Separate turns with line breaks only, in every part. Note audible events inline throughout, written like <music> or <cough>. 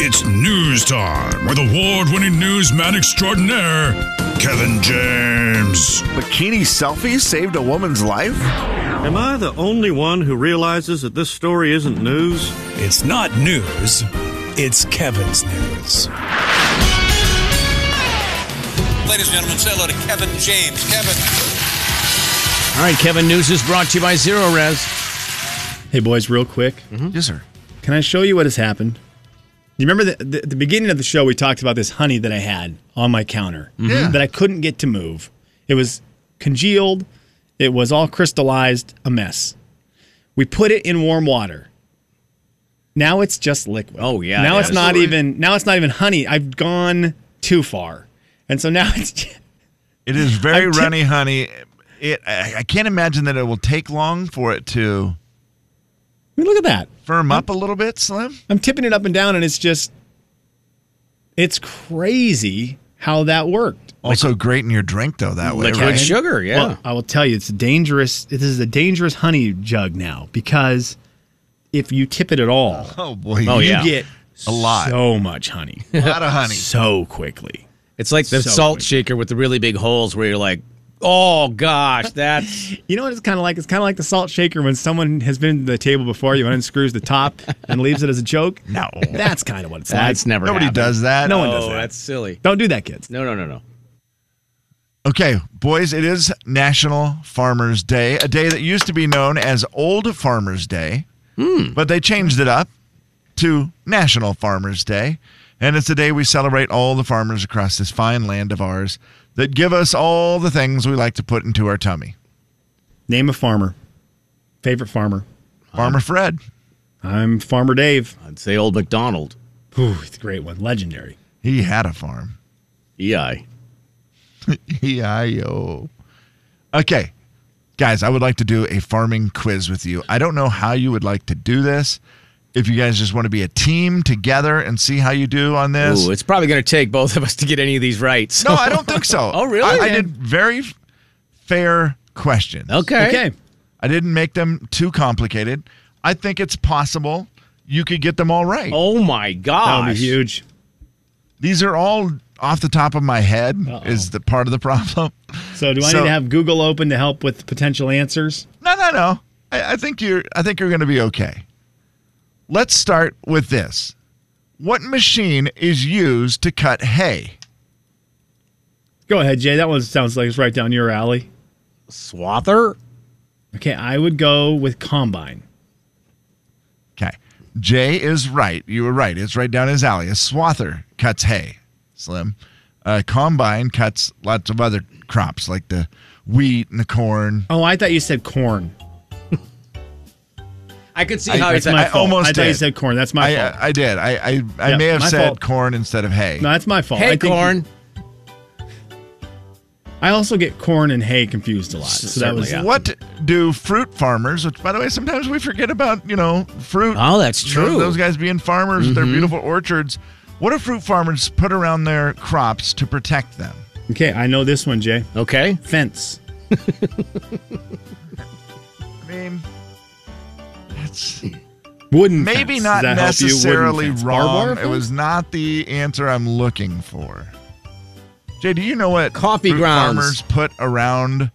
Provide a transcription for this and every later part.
It's news time with award winning newsman extraordinaire, Kevin James.
Bikini selfie saved a woman's life?
Am I the only one who realizes that this story isn't news?
It's not news, it's Kevin's news.
Ladies and gentlemen, say hello to Kevin James. Kevin.
All right, Kevin News is brought to you by Zero Res.
Hey, boys, real quick.
Mm-hmm. Yes, sir.
Can I show you what has happened? You remember the, the, the beginning of the show, we talked about this honey that I had on my counter
Mm-hmm. Yeah.
that I couldn't get to move. It was congealed, it was all crystallized, a mess. We put it in warm water. Now it's just liquid.
Oh, yeah,
Now
yeah,
it's not
absolutely.
even now it's not even honey. I've gone too far. And so now <laughs> it's
It is very
I'm t-
runny, honey. It. I, I can't imagine that it will take long for it to
I mean, look at that.
firm up a little bit, Slim.
I'm tipping it up and down, and it's just, it's crazy how that worked.
Also great in your drink though. That way,
Liquid
right?
sugar, yeah.
Well, I will tell you, it's dangerous. This is a dangerous honey jug now because if you tip it at all,
Oh boy.
Oh,
you
yeah.
get
get
A lot.
so much
<laughs>
honey,
a lot of
<laughs>
honey.
so quickly.
It's like the
So
salt
good.
shaker with the really big holes where you're like, oh
<laughs>
gosh, that's
You know what it's kind of like? It's kind of like the salt shaker when someone has been to the table before you and unscrews
<laughs>
the top and leaves it as a joke.
No.
That's kind of what it's
that's
like.
never
Nobody
happened.
does that. Uh,
No one does
Oh,
that.
that's silly.
Don't do that, kids.
No, no, no, no.
Okay, boys, it is National Farmers Day, a day that used to be known as Old Farmers Day, but they changed it up to National Farmers Day. And it's a day we celebrate all the farmers across this fine land of ours that give us all the things we like to put into our tummy.
Name a farmer, favorite farmer.
Farmer Fred,
I'm Farmer Dave.
I'd say old McDonald.
Ooh, it's a great one. Legendary.
he had a farm.
EI.
E-I-O. Okay. Guys, I would like to do a farming quiz with you. I don't know how you would like to do this. If you guys just want to be a team together and see how you do on this.
Ooh, it's probably going to take both of us to get any of these right. so-
no, I don't think so.
<laughs> Oh, really?
I, I did very f- fair questions.
Okay.
Okay.
I didn't make them too complicated. I think it's possible you could get them all right.
Oh my
That would
gosh.
be huge.
These are all off the top of my head is the part of the problem.
So do I
So-
need to have Google open to help with potential answers?
No, no, no. I, I think you're. I think you're going to be okay. Let's start with this. What machine is used to cut hay?
Go ahead, Jay. That one sounds like it's right down your alley.
Swather?
Okay, I would go with combine.
Okay, Jay is right. You were right. It's right down his alley. A swather cuts hay. Slim. A combine cuts lots of other crops like the wheat and the corn.
Oh, I thought you said corn.
I could see
I-
how
that's
he's
my-
like,
I almost
I thought you
did.
said corn. That's my
I, uh,
fault.
I did. I I, I
Yeah,
may have
my
said
fault.
corn instead of hay.
no, that's my fault. I
hey,
think you-
corn.
I also get corn and hay confused a lot. So that was
Certainly, yeah.
What do fruit farmers, which by the way, sometimes we forget about, you know, fruit.
Oh, that's
you know,
true.
Those guys being farmers with
Mm-hmm.
their beautiful orchards. What do fruit farmers put around their crops to protect them?
okay. I know this one, Jay.
Okay.
Fence.
I mean, that's
Wooden.
maybe
fence.
not
Does that help you? Wooden
necessarily
fence.
wrong.
Barbed wire
It was
fence?
not the answer I'm looking for. Jay, do you know what
Coffee
fruit
grounds.
farmers put around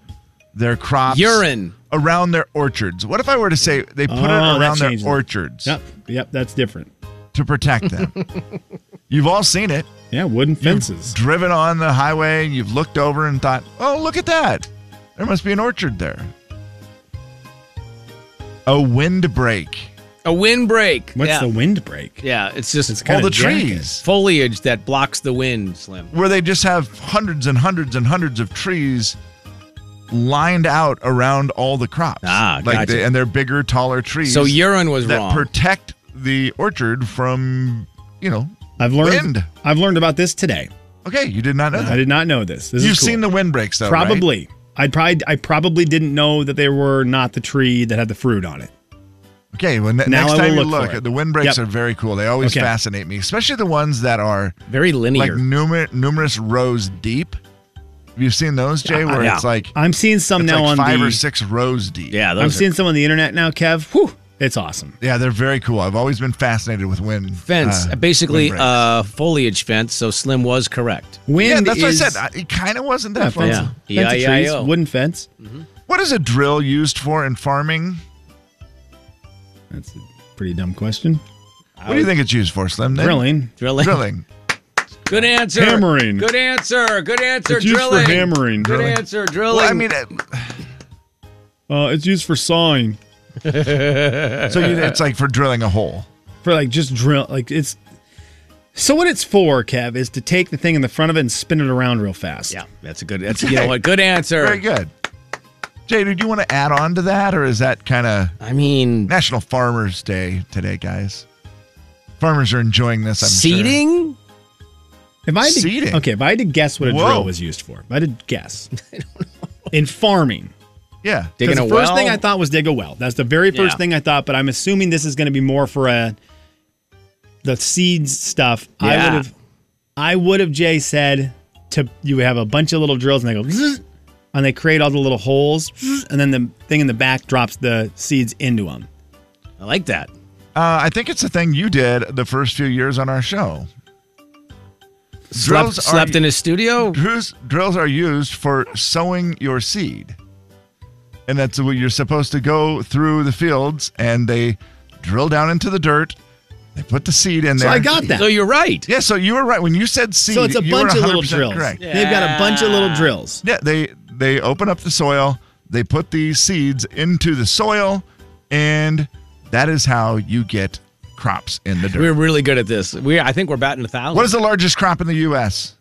their crops?
Urine.
Around their orchards. What if I were to say they put it
Oh, that
around their
changes it.
orchards?
Yep. Yep. That's different.
to protect them.
<laughs>
you've all seen it.
Yeah. Wooden fences.
Driven on the highway, you've looked over and thought, oh, look at that. There must be an orchard there. A windbreak.
A windbreak.
What's
yeah.
the windbreak?
Yeah, it's just
It's
All
Kinda
the
jagged.
trees.
foliage that blocks the wind, Slim.
Where they just have hundreds and hundreds and hundreds of trees lined out around all the crops.
Ah,
like
gotcha.
they, And they're bigger, taller trees.
So urine was
that
wrong.
protect the orchard from, you know.
I've learned.
Wind.
I've learned about this today.
Okay, you did not know
I
that.
did not know this. This is
You've
cool.
seen the windbreaks, though. right?
Probably. I'd probably I probably didn't know that they were not the tree that had the fruit on it.
Okay, when ne-
Now
next
I will
time you
look
look,
for it.
the windbreaks
Yep.
are very cool. They always
Okay.
fascinate me, especially the ones that are
Very
like
linear.
numer- numerous rows deep. You've seen those, Jay, where
yeah.
it's like
Uh, I'm seeing some
it's
now
like
on
five
the
or six rows deep.
yeah, those
I'm
are-
seeing some on the internet now, Kev. Whew, It's awesome.
Yeah, they're very cool. I've always been fascinated with wind
Fence,
uh,
basically
windbreaks.
uh, foliage fence. So Slim was correct.
Wind
yeah, that's what I
is-
said. I, it kind of wasn't that
Yeah,
fun.
fence,
Yeah. E
fence of trees,
E-I-E-I-O.
wooden fence.
What is a drill used for in farming?
That's a pretty dumb question.
What do you think it's used for, Slim? Then?
Drilling.
<laughs>
Drilling.
Drilling.
<laughs> Good answer.
Hammering.
Good answer. Good answer.
It's used for
drilling.
hammering.
Good
Drilling.
answer. Drilling.
Well, I mean, uh,
Uh, it's used for sawing,
so you, it's like for drilling a hole.
for like just drill. Like it's. So what it's for, Kev, is to take the thing in the front of it and spin it around real fast.
yeah, that's Oh, a good. That's
<laughs>
you know what. Good answer.
Very good. Jay, did you want to add on to that, or is that kind of
I mean,
National Farmers Day today, guys? Farmers are enjoying this. I'm Sure.
seeding.
If I had to,
Seeding.
Okay, if I had to guess what a
Whoa.
drill was used for, if I had to guess, <laughs> in farming,
Yeah.
Digging
Because
a
the first
well.
thing I thought was dig a well. That's the very first
Yeah.
thing I thought, but I'm assuming this is going to be more for a the seeds stuff. I
Yeah.
would have I would have Jay said to you have a bunch of little drills and they go zzz, and they create all the little holes zzz, and then the thing in the back drops the seeds into them.
I like that.
Uh, I think it's the thing you did the first few years on our show.
Slept, slept in his studio.
drills, drills are used for sowing your seed. And that's what you're supposed to go through the fields and they drill down into the dirt. They put the seed in
So
there.
I got that.
So you're right.
Yeah, so you were right. When you said seed,
so it's a
you
bunch
were
of little
100%
drills.
Correct. Yeah.
They've got a bunch of little drills.
they they open up the soil, they put these seeds into the soil, and that is how you get crops in the dirt.
We're really good at this. We I think we're batting a thousand.
What is the largest crop in the U.S.?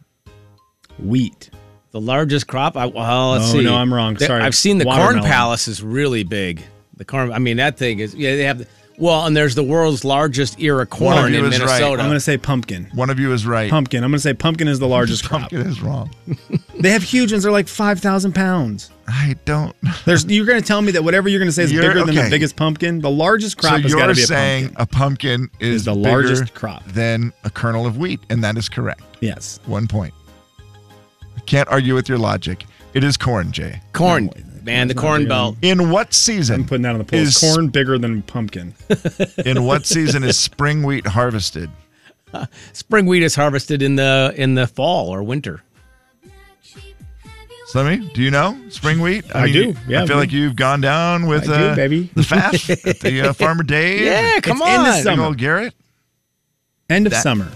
Wheat.
the largest crop? I, well, let's
Oh,
see.
no, I'm wrong.
There-
Sorry.
I've seen the
Watermelon.
corn palace is really big. The corn. I mean, that thing is. Yeah, they have. The, well, and there's the world's largest ear of
One of
corn
you
in
is right.
Minnesota.
I'm going to say pumpkin.
One of you is right.
Pumpkin. I'm going to say pumpkin is the largest
<laughs>
crop.
Pumpkin is wrong.
They have huge ones. They're like 5,000 pounds.
I don't.
There's you're going to tell me that whatever you're going to say is
Mm-hmm. You're-
bigger than the
okay.
biggest pumpkin. The largest crop
so
has got to
you're
be a
saying
pumpkin.
a pumpkin is,
Is the
bigger
largest crop.
than a kernel of wheat, and that is correct.
Yes.
One point. I can't argue with your logic. It is corn, Jay.
corn, man, the corn belt.
In what season?
I'm putting that on the poll. Is
Is,
corn bigger than
<laughs>
pumpkin?
in
<laughs>
what season is spring wheat harvested?
Spring wheat is harvested in the in the fall or winter.
Slimmy, do you know spring wheat?
I do, yeah,
I feel
we-
like you've gone down with
I do,
uh,
baby.
the fast at the uh, Farmer Dave.
Yeah,
and
come
in the
on.
summer.
big old Garrett.
End of summer.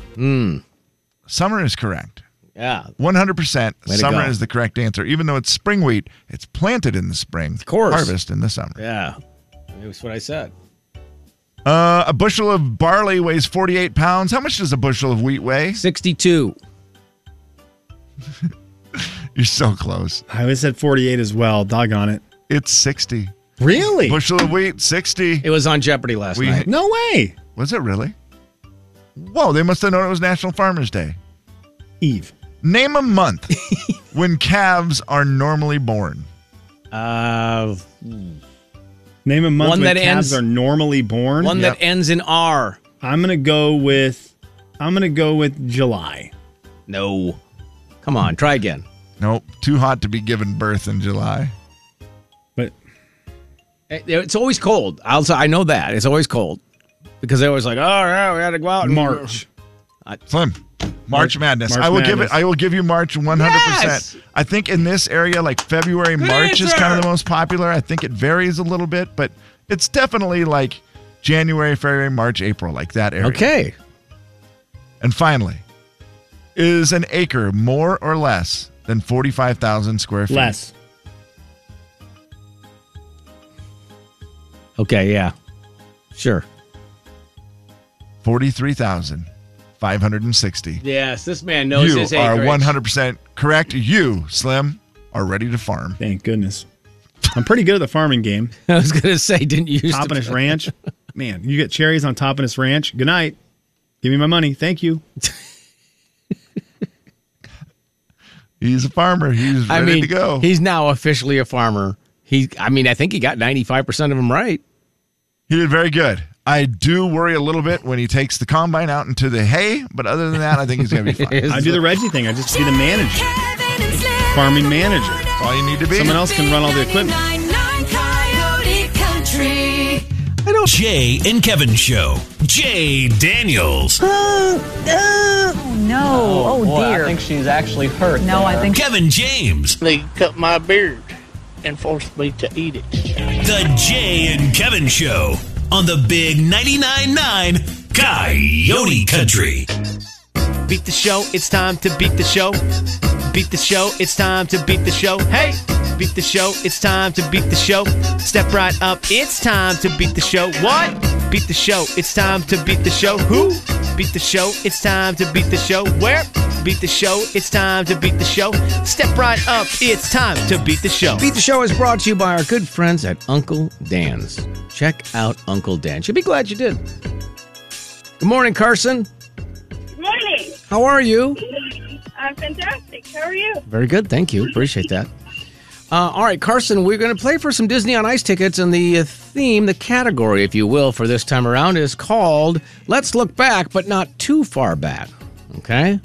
Summer is correct.
yeah,
100%
Way to
summer
go.
is the correct answer. Even though it's spring wheat, it's planted in the spring. Of
course.
Harvest in the summer.
yeah. That's what I said.
Uh, a bushel of barley weighs 48 pounds. How much does a bushel of wheat weigh?
Sixty-two.
You're so close.
I always said 48 as well. Doggone it.
It's 60.
Really?
Bushel of wheat, 60.
It was on Jeopardy last
We-
night.
No way.
Was it really? Whoa, they must have known it was National Farmers Day.
Eve.
Name a month <laughs> when calves are normally born.
Uh,
Name a month
One
when
that
calves
ends-
are normally born.
one
Yep.
that ends in R.
I'm gonna go with. I'm gonna go with July.
No. Come on, try again.
Nope, too hot to be given birth in July.
But
It- It's always cold. I'll, say- I know that. It's always cold because they're always like, oh, yeah, we got to go out in
March.
uh, Slim. March Madness.
March
I will give
Madness.
it. I will give you March 100%.
Yes!
I think in this area, like February,
Good
March is kind of
answer!
the most popular. I think it varies a little bit, but it's definitely like January, February, March, April, like that area.
Okay.
And finally, is an acre more or less than 45,000 square feet?
Less.
Okay, yeah. Sure.
43,560.
Yes, this man knows
You
his
are
acreage.
100% correct. You, Slim, are ready to farm.
Thank goodness. I'm pretty good at the farming game.
<laughs> I was going to say, didn't you used
Toppinus
to?
Ranch. Man, you get cherries on Toppinus Ranch. Good night. Give me my money. Thank you.
He's a farmer. He's
I
ready
mean,
to go.
he's now officially a farmer. He, I mean, I think he got 95% of them right.
He did very good. I do worry a little bit when he takes the combine out into the hay, but other than that, I think he's
<laughs>
going to be fine. That's
I do the Reggie thing. I just be the manager,
Kevin and Slim.
farming manager.
all you need to be.
Someone else can run all the equipment.
99.9 Coyote Country.
I don't
Jay and Kevin Show. Jay Daniels.
Oh, no. Oh, dear.
she's actually hurt.
no, I think
Kevin James.
They cut my beard and forced me to eat it.
The Jay and Kevin Show on the Big 99.9 9 Coyote Country.
Beat the show, it's time to beat the show. Beat the show, it's time to beat the show. Hey! Beat the show, it's time to beat the show. Step right up, it's time to beat the show. What? Beat the show, it's time to beat the show. Who? Beat the show, it's time to beat the show. Where? Beat the show, it's time to beat the show. Step right up, it's time to beat the show.
Beat the Show is brought to you by our good friends at Uncle Dan's. Check out Uncle Dan. You'll be glad you did. Good morning, Carson.
Morning.
How are you?
I'm fantastic. How are you?
Very good. Thank you. Appreciate that. Uh, all right, Carson, we're going to play for some Disney on Ice tickets, and the uh, theme, the category, if you will, for this time around is called Let's Look Back, but Not Too Far Back. Okay?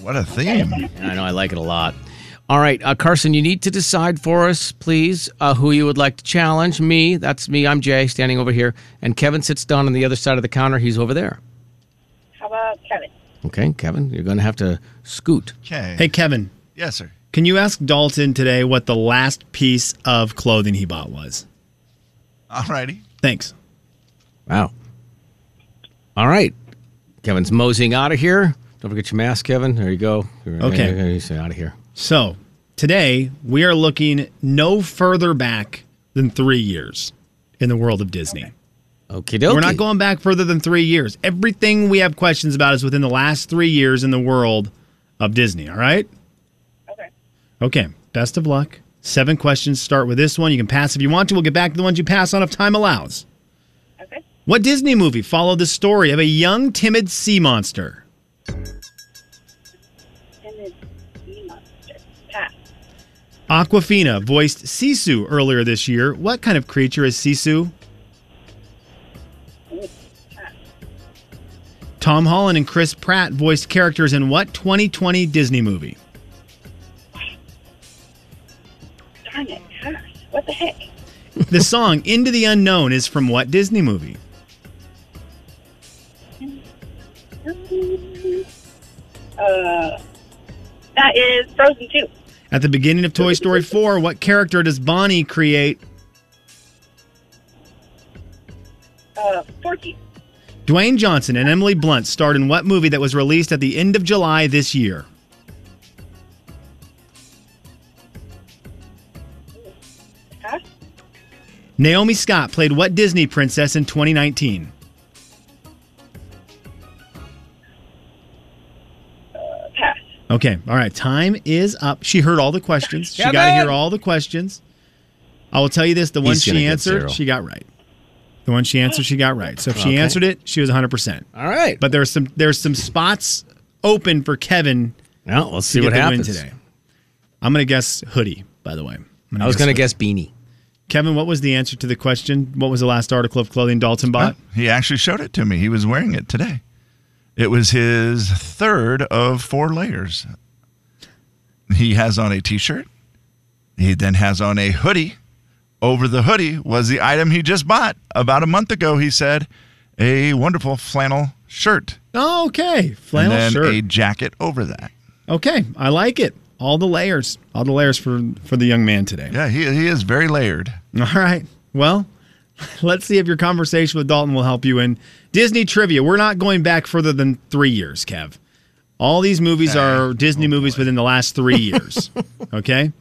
What a theme.
I know I like it a lot. All right, uh, Carson, you need to decide for us, please, uh, who you would like to challenge. Me, that's me. I'm Jay, standing over here, and Kevin sits down on the other side of the counter. He's over there.
How about Kevin?
Okay, Kevin, you're going to have to scoot.
Okay.
Hey, Kevin,
Yes, sir.
can you ask Dalton today what the last piece of clothing he bought was?
Alrighty.
Thanks.
Wow. All right, Kevin's moseying out of here. Don't forget your mask, Kevin. There you go.
Okay.
he's out of here.
So today we are looking no further back than three years in the world of Disney.
Okay, dokie.
We're not going back further than three years. Everything we have questions about is within the last three years in the world of Disney. All right.
Okay.
Okay. Best of luck. Seven questions. Start with this one. You can pass if you want to. We'll get back to the ones you pass on if time allows.
Okay.
What Disney movie followed the story of a young, timid sea monster?
And then E monster. Pass.
Aquafina voiced Sisu earlier this year. What kind of creature is Sisu?
Oh,
Tom Holland and Chris Pratt voiced characters in what 2020 Disney movie?
Darn it. Pass. What the heck?
The song Into the Unknown is from what Disney movie?
Uh, that is Frozen 2.
At the beginning of Toy Story 4, what character does Bonnie create?
Uh, Porky.
Dwayne Johnson and Emily Blunt starred in what movie that was released at the end of July this year?
Pass.
Naomi Scott played what Disney princess in 2019?
Uh, pass.
Okay. All right. Time is up. She heard all the questions. She
Kevin!
got to hear all the questions. I will tell you this the one
gonna
she
get
answered,
zero.
she got right. The one she answered, she got right. So if she
Okay.
answered it, she was 100%.
All right.
But there's some there's some spots open for Kevin
now let's
to
see what
get the
happens
win today. I'm going to guess hoodie, by the way. I'm gonna
I was going to
hoodie.
guess Beanie.
Kevin, what was the answer to the question? What was the last article of clothing Dalton bought?
He actually showed it to me. He was wearing it today. It was his third of four layers. He has on a t shirt. He then has on a hoodie. Over the hoodie was the item he just bought about a month ago, he said, a wonderful flannel shirt.
Oh, okay.
And
Flannel
then
shirt.
a jacket over that.
Okay. I like it. All the layers. All the layers for for the young man today.
Yeah, he, he is very layered.
All right. Well, <laughs> let's see if your conversation with Dalton will help you in Disney trivia. We're not going back further than three years, Kev. All these movies are Disney
Oh,
movies within the last
<laughs>
three years. okay.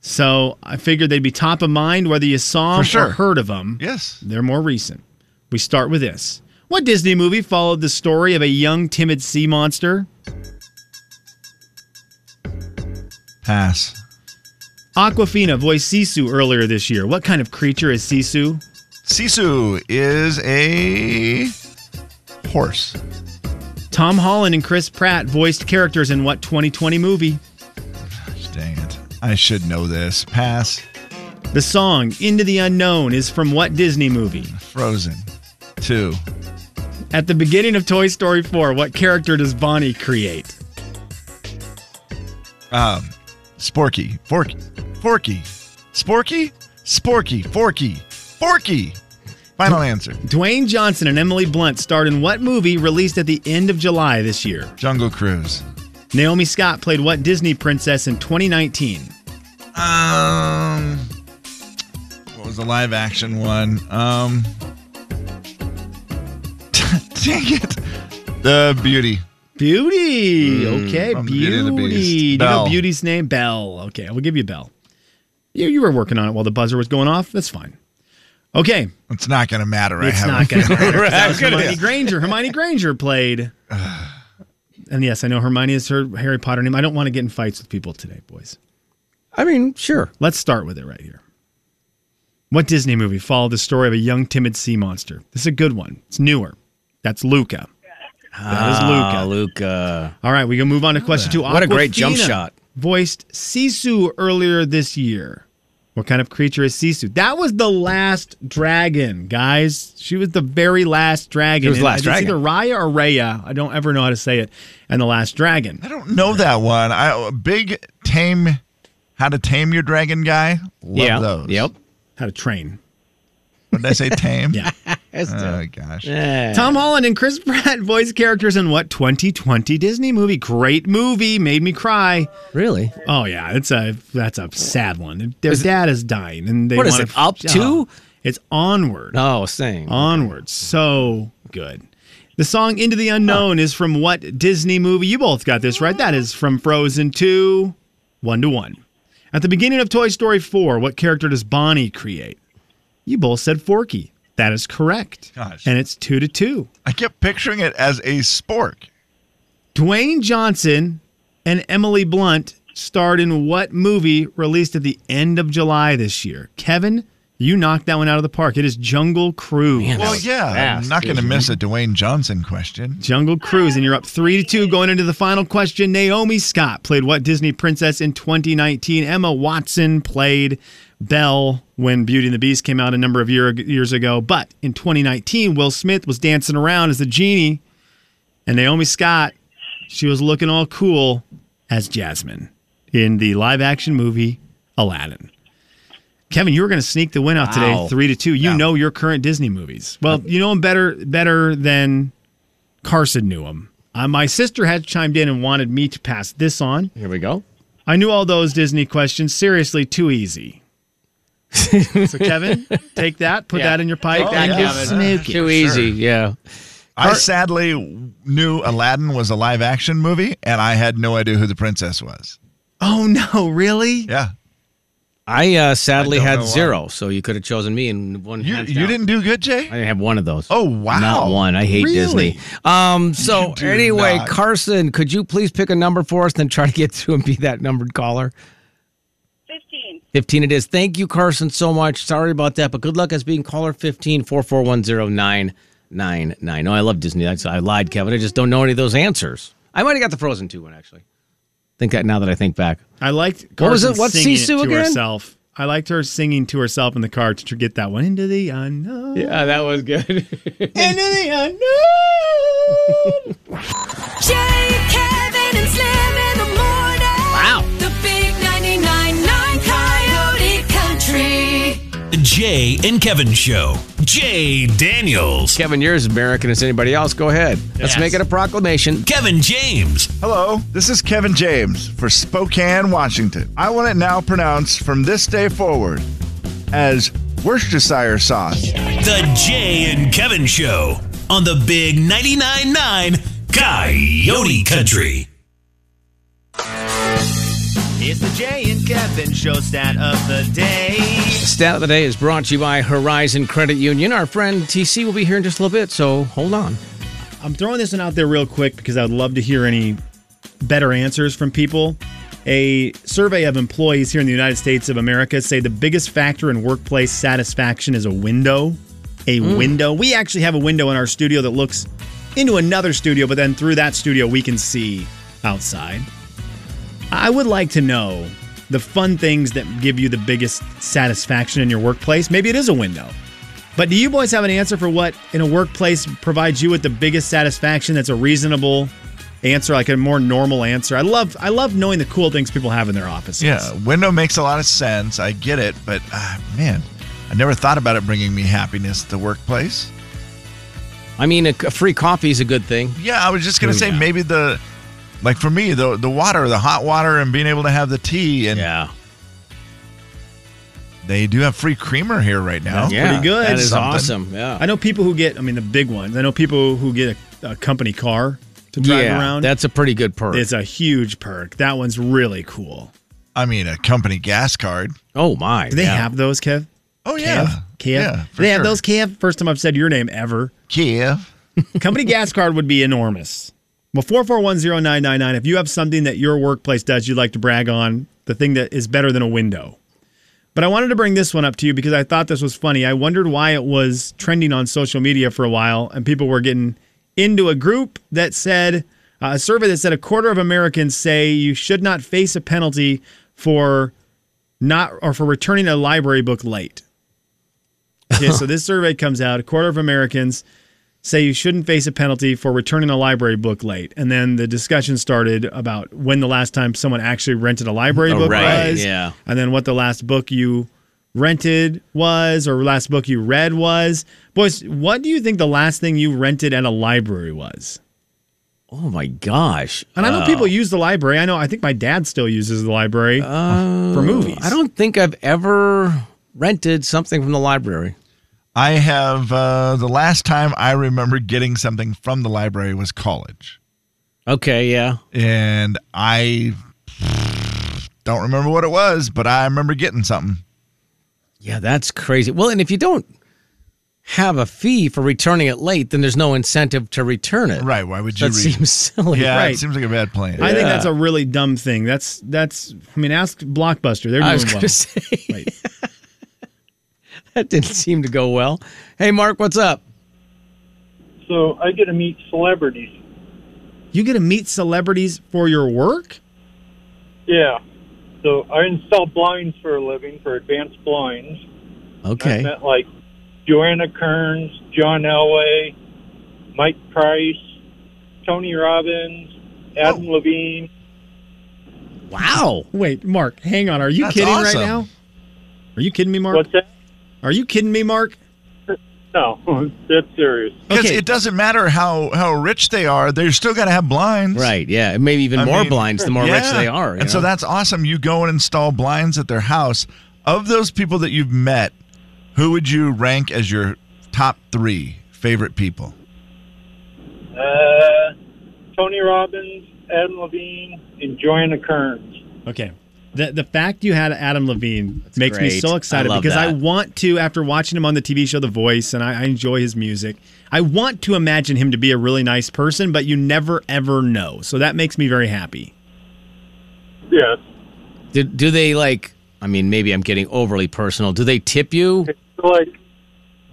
So I figured they'd be top of mind whether you saw them
For sure.
or heard of them.
Yes.
They're more recent. We start with this. What Disney movie followed the story of a young, timid sea monster?
Pass.
Aquafina voiced Sisu earlier this year. What kind of creature is Sisu?
Sisu is a horse.
Tom Holland and Chris Pratt voiced characters in what 2020 movie?
Dang it. I should know this. Pass.
The song Into the Unknown is from what Disney movie?
Frozen. Two.
At the beginning of Toy Story 4, what character does Bonnie create?
Sporky. Forky. Forky. Sporky? Sporky. Forky. Forky. Final answer.
Dwayne Johnson and Emily Blunt starred in what movie released at the end of July this year?
Jungle Cruise.
Naomi Scott played what Disney princess in 2019?
Um, what was the live action one? Um, <laughs> dang it, the beauty.
Beauty. okay,
from Hmm,
Beauty.
Beauty and the Beast.
Do you know
Belle.
Beauty's name? Belle. Okay, we'll give you Belle. You, you were working on it while the buzzer was going off. That's fine. Okay,
It's not gonna matter. I
it's
have a
not going to
<laughs> feeling.
matter. 'cause <laughs> that was
Right.
Hermione Granger. Hermione
<sighs>
Granger played. and yes, I know Hermione is her Harry Potter name. I don't want to get in fights with people today, boys.
I mean, sure.
Let's start with it right here. What Disney movie followed the story of a young timid sea monster? This is a good one. It's newer. That's Luca. That is Luca.
Ah, Luca.
All right, we can move on to question two.
What a great jump
Aquafina
shot.
Voiced Sisu earlier this year. What kind of creature is Sisu? That was the last dragon, guys. She was the very last dragon.
was the
And
last
it's
dragon.
either Raya or Raya. I don't ever know how to say it. And the last dragon.
I don't know that one. I big tame, how to tame your dragon guy. Love
yeah.
those.
Yep.
How to train.
What did I say? Tame.
Yeah.
That's
Oh gosh.
Eh.
Uh, Tom Holland and Chris <laughs> Pratt voiced characters in what 2020 Disney movie? Great movie. Made me cry.
Really?
Oh yeah, it's a that's a sad one. Their dad is dying, and they
What is
wanna-
it, Up
Oh,
to?
it's onward,
No, same.
onward. So good. The song "Into the Unknown" is from what Disney movie? You both got this right. That is from Frozen Two, one to one. At the beginning of Toy Story Four, what character does Bonnie create? You both said Forky. That is correct.
Gosh.
And it's two to two.
I kept picturing it as a spork.
Dwayne Johnson and Emily Blunt starred in what movie released at the end of July this year? Kevin, you knocked that one out of the park. It is Jungle Cruise.
Well, yeah, I'm not going to miss a Dwayne Johnson question.
Jungle Cruise, and you're up three to two going into the final question. Naomi Scott played what Disney princess in 2019? Emma Watson played Belle when Beauty and the Beast came out a number of year, years ago. But in 2019, Will Smith was dancing around as the genie, and Naomi Scott, she was looking all cool as Jasmine in the live action movie Aladdin. Kevin, you were going to sneak the win out today,
Wow.
three to two. You know your current Disney movies. Well, you know them better better than Carson knew him. Uh, my sister had chimed in and wanted me to pass this on.
Here we go.
I knew all those Disney questions. Seriously, too easy. so, Kevin, take that, put that in your pipe.
Take that,
and
Kevin.
just snook it.
Too easy. Yeah.
I sadly knew Aladdin was a live action movie, and I had no idea who the princess was.
Oh, no, really?
Yeah.
I uh, sadly
I don't
had
know why.
zero, so you could have chosen me in one.
You,
hands
you
down.
didn't do good, Jay?
I didn't have one of those.
Oh, wow.
Not one. I hate
Really?
Disney. Um. So
You do
anyway,
not.
Carson, could you please pick a number for us, then try to get <laughs> through and be that numbered caller?
15.
15 it is. Thank you, Carson, so much. Sorry about that, but good luck as being caller 15 999 No, Oh, I love Disney. That's, I lied, Kevin. I just don't know any of those answers. I might have got the Frozen 2 one, actually. Think that now that I think back.
I liked
What was
Carson
it? What's
singing it
Sisu
to
again?
herself. I liked her singing to herself in the car to get that one into the unknown.
Yeah, that was
<laughs>
good.
Into the
<laughs>
unknown.
Jay, Kevin, and Slim in the morning.
Wow.
The big 99.9 Coyote Country.
Jay and Kevin Show. Jay Daniels.
Kevin, you're as American as anybody else. Go ahead. Let's
Yes.
make it a proclamation.
Kevin James.
Hello, this is Kevin James for Spokane, Washington. I want it now pronounced from this day forward as Worcestershire sauce.
The Jay and Kevin Show on the Big 99.9 Coyote Country.
It's the Jay and Kevin show stat of the day.
Stat of the day is brought to you by Horizon Credit Union. Our friend TC will be here in just a little bit, so hold on.
I'm throwing this one out there real quick because I'd love to hear any better answers from people. A survey of employees here in the United States of America say the biggest factor in workplace satisfaction is a window. A window. We actually have a window in our studio that looks into another studio, but then through that studio we can see outside. I would like to know the fun things that give you the biggest satisfaction in your workplace. Maybe it is a window. But do you boys have an answer for what in a workplace provides you with the biggest satisfaction? That's a reasonable answer, like a more normal answer. I love I love knowing the cool things people have in their offices.
Yeah, window makes a lot of sense. I get it, but uh, man, I never thought about it bringing me happiness to the workplace.
I mean, a, a free coffee is a good thing.
Yeah, I was just gonna
Oh,
say
yeah.
maybe the, like for me the the water, the hot water, and being able to have the tea and
yeah.
They do have free creamer here right now.
That's pretty good.
Something.
I know people who get, I mean, the big ones. I know people who get a, a company car to drive
Yeah,
around.
that's a pretty good perk.
It's a huge perk. That one's really cool.
I mean, a company gas card.
Oh my!
Do they
yeah.
have those, Kev?
Oh yeah.
Kev? Kev?
Yeah,
Do
for
they have
sure.
those, Kev? First time I've said your name ever.
Kev. <laughs>
Company gas card would be enormous. Well, four four one zero nine nine nine. If you have something that your workplace does, you'd like to brag on the thing that is better than a window. But I wanted to bring this one up to you because I thought this was funny. I wondered why it was trending on social media for a while, and people were getting into a group that said uh, a survey that said a quarter of Americans say you should not face a penalty for not or for returning a library book late. Okay,
<laughs>
so this survey comes out. A quarter of Americans say you shouldn't face a penalty for returning a library book late. And then the discussion started about when the last time someone actually rented a library
Oh,
book
right,
was.
yeah.
And then what the last book you rented was or last book you read was. Boys, what do you think the last thing you rented at a library was?
Oh my gosh.
And I know
Uh,
people use the library. I know I think my dad still uses the library for movies.
Oh, I don't think I've ever rented something from the library.
I have uh, the last time I remember getting something from the library was college,
Okay, yeah.
and I don't remember what it was, but I remember getting something.
Yeah, that's crazy. Well, and if you don't have a fee for returning it late, then there's no incentive to return it.
Right? Why would you?
That
read-
seems silly.
Yeah,
Right.
it seems like a bad plan.
I think that's a really dumb thing. That's that's. I mean, ask Blockbuster. They're
I
doing
was going
well.
to say <laughs> that didn't seem to go well. Hey, Mark, what's up?
So I get to meet celebrities.
You get to meet celebrities for your work.
Yeah. So I install blinds for a living for advanced blinds. I met like Joanna Kearns, John Elway, Mike Price, Tony Robbins, Adam Levine.
Wow.
Wait, Mark, hang on. Are you
That's
kidding
awesome.
right now? Are you kidding me, Mark? What's
that?
Are you kidding me, Mark?
No, that's serious.
Because it doesn't matter how how rich they are, they're still gonna have blinds.
Right? Yeah. Maybe even
I
more
mean,
blinds the more rich
yeah.
they are. you
And so
know?
that's awesome. You go and install blinds at their house. Of those people that you've met, who would you rank as your top three favorite people?
Uh, Tony Robbins, Adam Levine, and Joanna Kearns.
Okay. The the fact you had Adam Levine makes me
great.
so
I
excited
love
because I
that.
want to, after watching him on the TV show The Voice, and I, I enjoy his music. I want to imagine him to be a really nice person, but you never ever know. So that makes me very happy.
Yes.
Do, do they like? I mean, maybe I'm getting overly personal. Do they tip you?
Like, do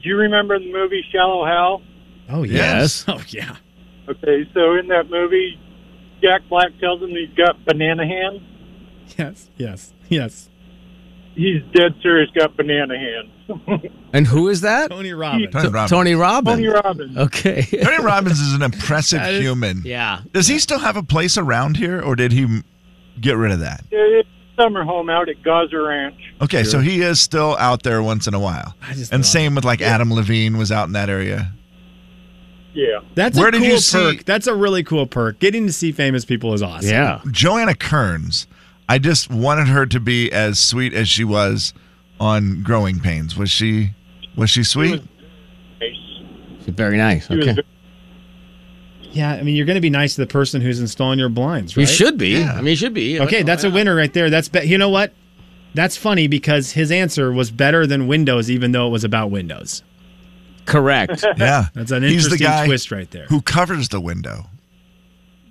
you remember the movie Shallow Hal?
Oh
yes.
Oh yeah.
Okay, so in that movie, Jack Black tells him he's got banana hands.
Yes. Yes. Yes.
He's dead serious, got banana hands.
And who is that?
Tony Robbins.
Tony
T-
Robbins.
Tony Robbins.
Tony Robbins.
Okay. <laughs>
Tony Robbins is an impressive
That is-
human.
Yeah.
Does he still have a place around here, or did he m- get rid of that?
it's summer home out at Gaza Ranch.
Okay, so he is still out there once in a while.
just
And
love
same with like Adam Levine was out in that area.
Yeah.
That's
Where
a
did
cool
you see-
perk. That's a really cool perk. Getting to see famous people is awesome.
Joanna Kearns. I just wanted her to be as sweet as she was on Growing Pains. Was she was she sweet?
Very nice.
was
Okay.
Yeah, I mean, you're going to be nice to the person who's installing your blinds, right?
You should be. I mean, you should be.
Okay, that's a winner right there. That's be- you know what? That's funny because his answer was better than Windows, even though it was about Windows. <laughs>
Correct.
Yeah.
that's an
He's
interesting
the guy
twist right there.
Who covers the window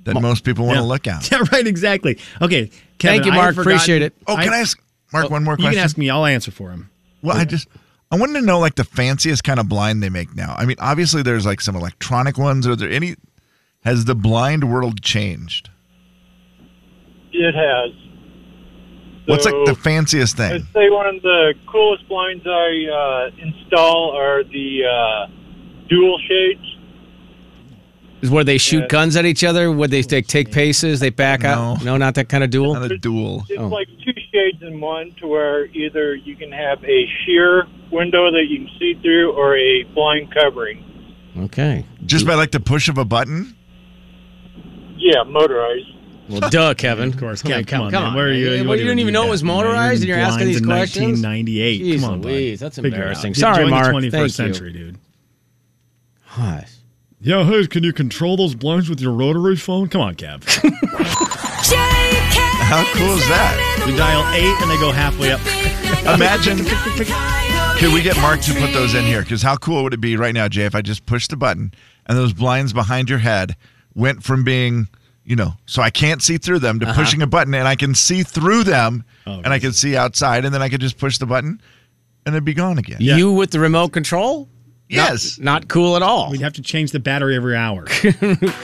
that most people want to
Yeah.
look at?
Yeah, right. Exactly. Okay, Kevin,
Thank you,
I had
Mark.
forgotten-
Appreciate it. Oh, can I ask Mark one more
You
question?
can ask me. I'll answer for him.
Well, I just I wanted to know like the fanciest kind of blind they make now. I mean, obviously there's like some electronic ones. Are there any? Has the blind world changed?
It has.
What's like
So-
the fanciest
I'd
thing?
say one of the coolest blinds I uh, install are the uh, dual shades.
Is where they shoot guns at each other? Where they, they take paces? They back out? No, not that kind of duel.
Not a duel.
It's like two shades in one to where either you can have a sheer window that you can see through or a blind covering.
Okay.
Just by like the push of a button?
Yeah, motorized.
Well, duh,
<laughs>
Kevin. of
course,
Kevin.
Kev, come on, man.
Where
Where are you-
you,
you-
well, you
you
didn't even know it was motorized, and you're asking these
Blinds in
questions.
1998. Come
Jeez
on, bud.
Louise, that's
Figure it out.
embarrassing.
Get-
Sorry,
join
Mark.
The 21st
Thank
century,
you.
dude.
Hush.
Yo, hey, can you control those blinds with your rotary phone? Come on, Kev. How
cool is that?
You dial eight and they go halfway up.
Imagine. Could we get Mark to put those in here? Because how cool would it be right now, Jay, if I just pushed the button and those blinds behind your head went from being, you know, so I can't see through them to
Uh-huh.
pushing a button and I can see through them and I can see outside and then I could just push the button and it'd be gone again.
You with the remote control? Yes. Not, cool at all.
We'd have to change the battery every hour.